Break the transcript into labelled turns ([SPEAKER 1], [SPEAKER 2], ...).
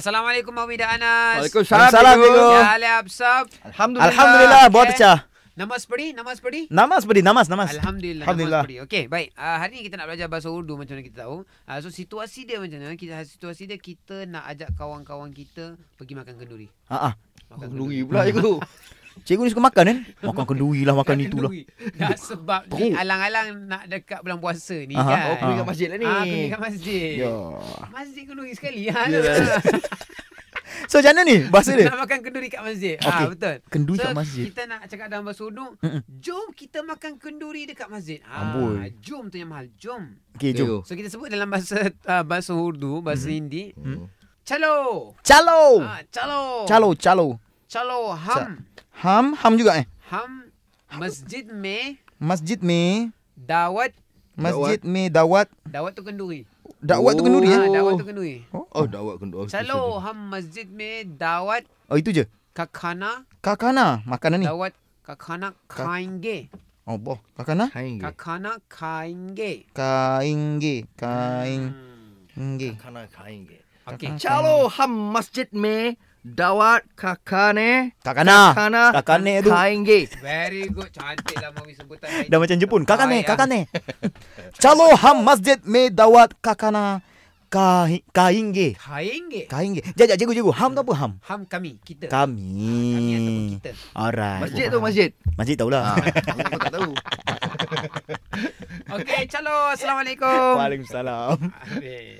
[SPEAKER 1] अस्सलाम अमी अनस
[SPEAKER 2] वालेकुम
[SPEAKER 3] सलाम देखो।
[SPEAKER 1] क्या हाल है आप सब
[SPEAKER 2] अल्हम्दुलिल्लाह
[SPEAKER 3] अल्हम्दुलिल्लाह
[SPEAKER 2] eh.
[SPEAKER 3] बहुत
[SPEAKER 1] Okay.
[SPEAKER 3] अच्छा
[SPEAKER 1] नमाज पढ़ी नमाज पढ़ी
[SPEAKER 3] namas beri namas namas
[SPEAKER 1] Alhamdulillah,
[SPEAKER 3] Alhamdulillah.
[SPEAKER 1] Alhamdulillah. Okey, baik. Uh, hari ni kita nak belajar bahasa Urdu macam mana kita tahu. Uh, so situasi dia macam mana? Kita situasi dia kita nak ajak kawan-kawan kita pergi makan kenduri.
[SPEAKER 3] ha ah
[SPEAKER 1] Makan
[SPEAKER 2] Kenduri pula cikgu.
[SPEAKER 3] cikgu ni suka makan kan makan kenduri lah makan itulah
[SPEAKER 1] Dah sebab ni alang-alang nak dekat bulan puasa ni
[SPEAKER 3] Aha,
[SPEAKER 1] kan.
[SPEAKER 2] Oh, pergi kat masjid lah ni.
[SPEAKER 1] Ah, pergi kat masjid.
[SPEAKER 2] Ya.
[SPEAKER 1] Masjid kenduri sekali. Ha.
[SPEAKER 2] Ya.
[SPEAKER 3] so macam mana ni bahasa dia
[SPEAKER 1] Nak makan kenduri kat masjid.
[SPEAKER 3] Okey.
[SPEAKER 1] Ha, betul.
[SPEAKER 3] kenduri
[SPEAKER 1] so,
[SPEAKER 3] kat masjid
[SPEAKER 1] kita nak cakap dalam bahasa Urdu,
[SPEAKER 3] Mm-mm.
[SPEAKER 1] jom kita makan kenduri dekat masjid. Ha,
[SPEAKER 3] Amboi.
[SPEAKER 1] jom tu yang mahal, jom.
[SPEAKER 3] okey jom
[SPEAKER 2] Cikgu.
[SPEAKER 1] So kita sebut dalam bahasa uh, bahasa Urdu, bahasa mm-hmm. Hindi.
[SPEAKER 2] Hmm.
[SPEAKER 1] Chalo.
[SPEAKER 3] calo
[SPEAKER 1] Ah,
[SPEAKER 2] oh.
[SPEAKER 1] chalo.
[SPEAKER 3] Oh. calo calo
[SPEAKER 1] Chalo ham.
[SPEAKER 3] ham ham juga eh
[SPEAKER 1] Ham masjid में
[SPEAKER 3] masjid me
[SPEAKER 1] दावत
[SPEAKER 3] masjid me dawat
[SPEAKER 1] दावत तो kenduri.
[SPEAKER 3] dakwat
[SPEAKER 2] Oh.
[SPEAKER 3] tu kenduri eh
[SPEAKER 1] Ha, दावत तो kenduri.
[SPEAKER 2] Oh, dah awak kenduri.
[SPEAKER 1] Chalo हम मस्जिद में दावत
[SPEAKER 3] oh itu je
[SPEAKER 1] का खाना
[SPEAKER 3] kakana makanan ni
[SPEAKER 1] दावत का खाना खाएंगे
[SPEAKER 3] oh boh kakana
[SPEAKER 2] Kain
[SPEAKER 1] का
[SPEAKER 2] ke?
[SPEAKER 1] खाना खाएंगे
[SPEAKER 3] kaingge kaingge
[SPEAKER 1] Hmm.
[SPEAKER 2] Hmm. Kakana kain ke?
[SPEAKER 1] Okay
[SPEAKER 2] Chalo ham masjid me dawat kakane
[SPEAKER 3] kakana
[SPEAKER 2] kakana
[SPEAKER 3] kakane tu
[SPEAKER 2] Eh, kain ke?
[SPEAKER 1] Very good cantik lah mami sebutan baik.
[SPEAKER 3] Dah macam Jepun.
[SPEAKER 1] Ah,
[SPEAKER 3] Kakane,
[SPEAKER 1] ya.
[SPEAKER 3] kakane. Calo ham masjid me dawat kakana kahi, kaingge.
[SPEAKER 1] खाएंगे
[SPEAKER 3] Kaingge. Jajak cikgu cikgu. Ham tu apa ham?
[SPEAKER 1] हम kami kita kami ataupun
[SPEAKER 3] Kami.
[SPEAKER 1] kita
[SPEAKER 3] Alright.
[SPEAKER 2] Masjid tu masjid.
[SPEAKER 3] Masjid Ah. tahulah.
[SPEAKER 2] Aku pun tak tahu.
[SPEAKER 1] Okey, calo. Assalamualaikum.
[SPEAKER 3] Waalaikumsalam.
[SPEAKER 1] Habis.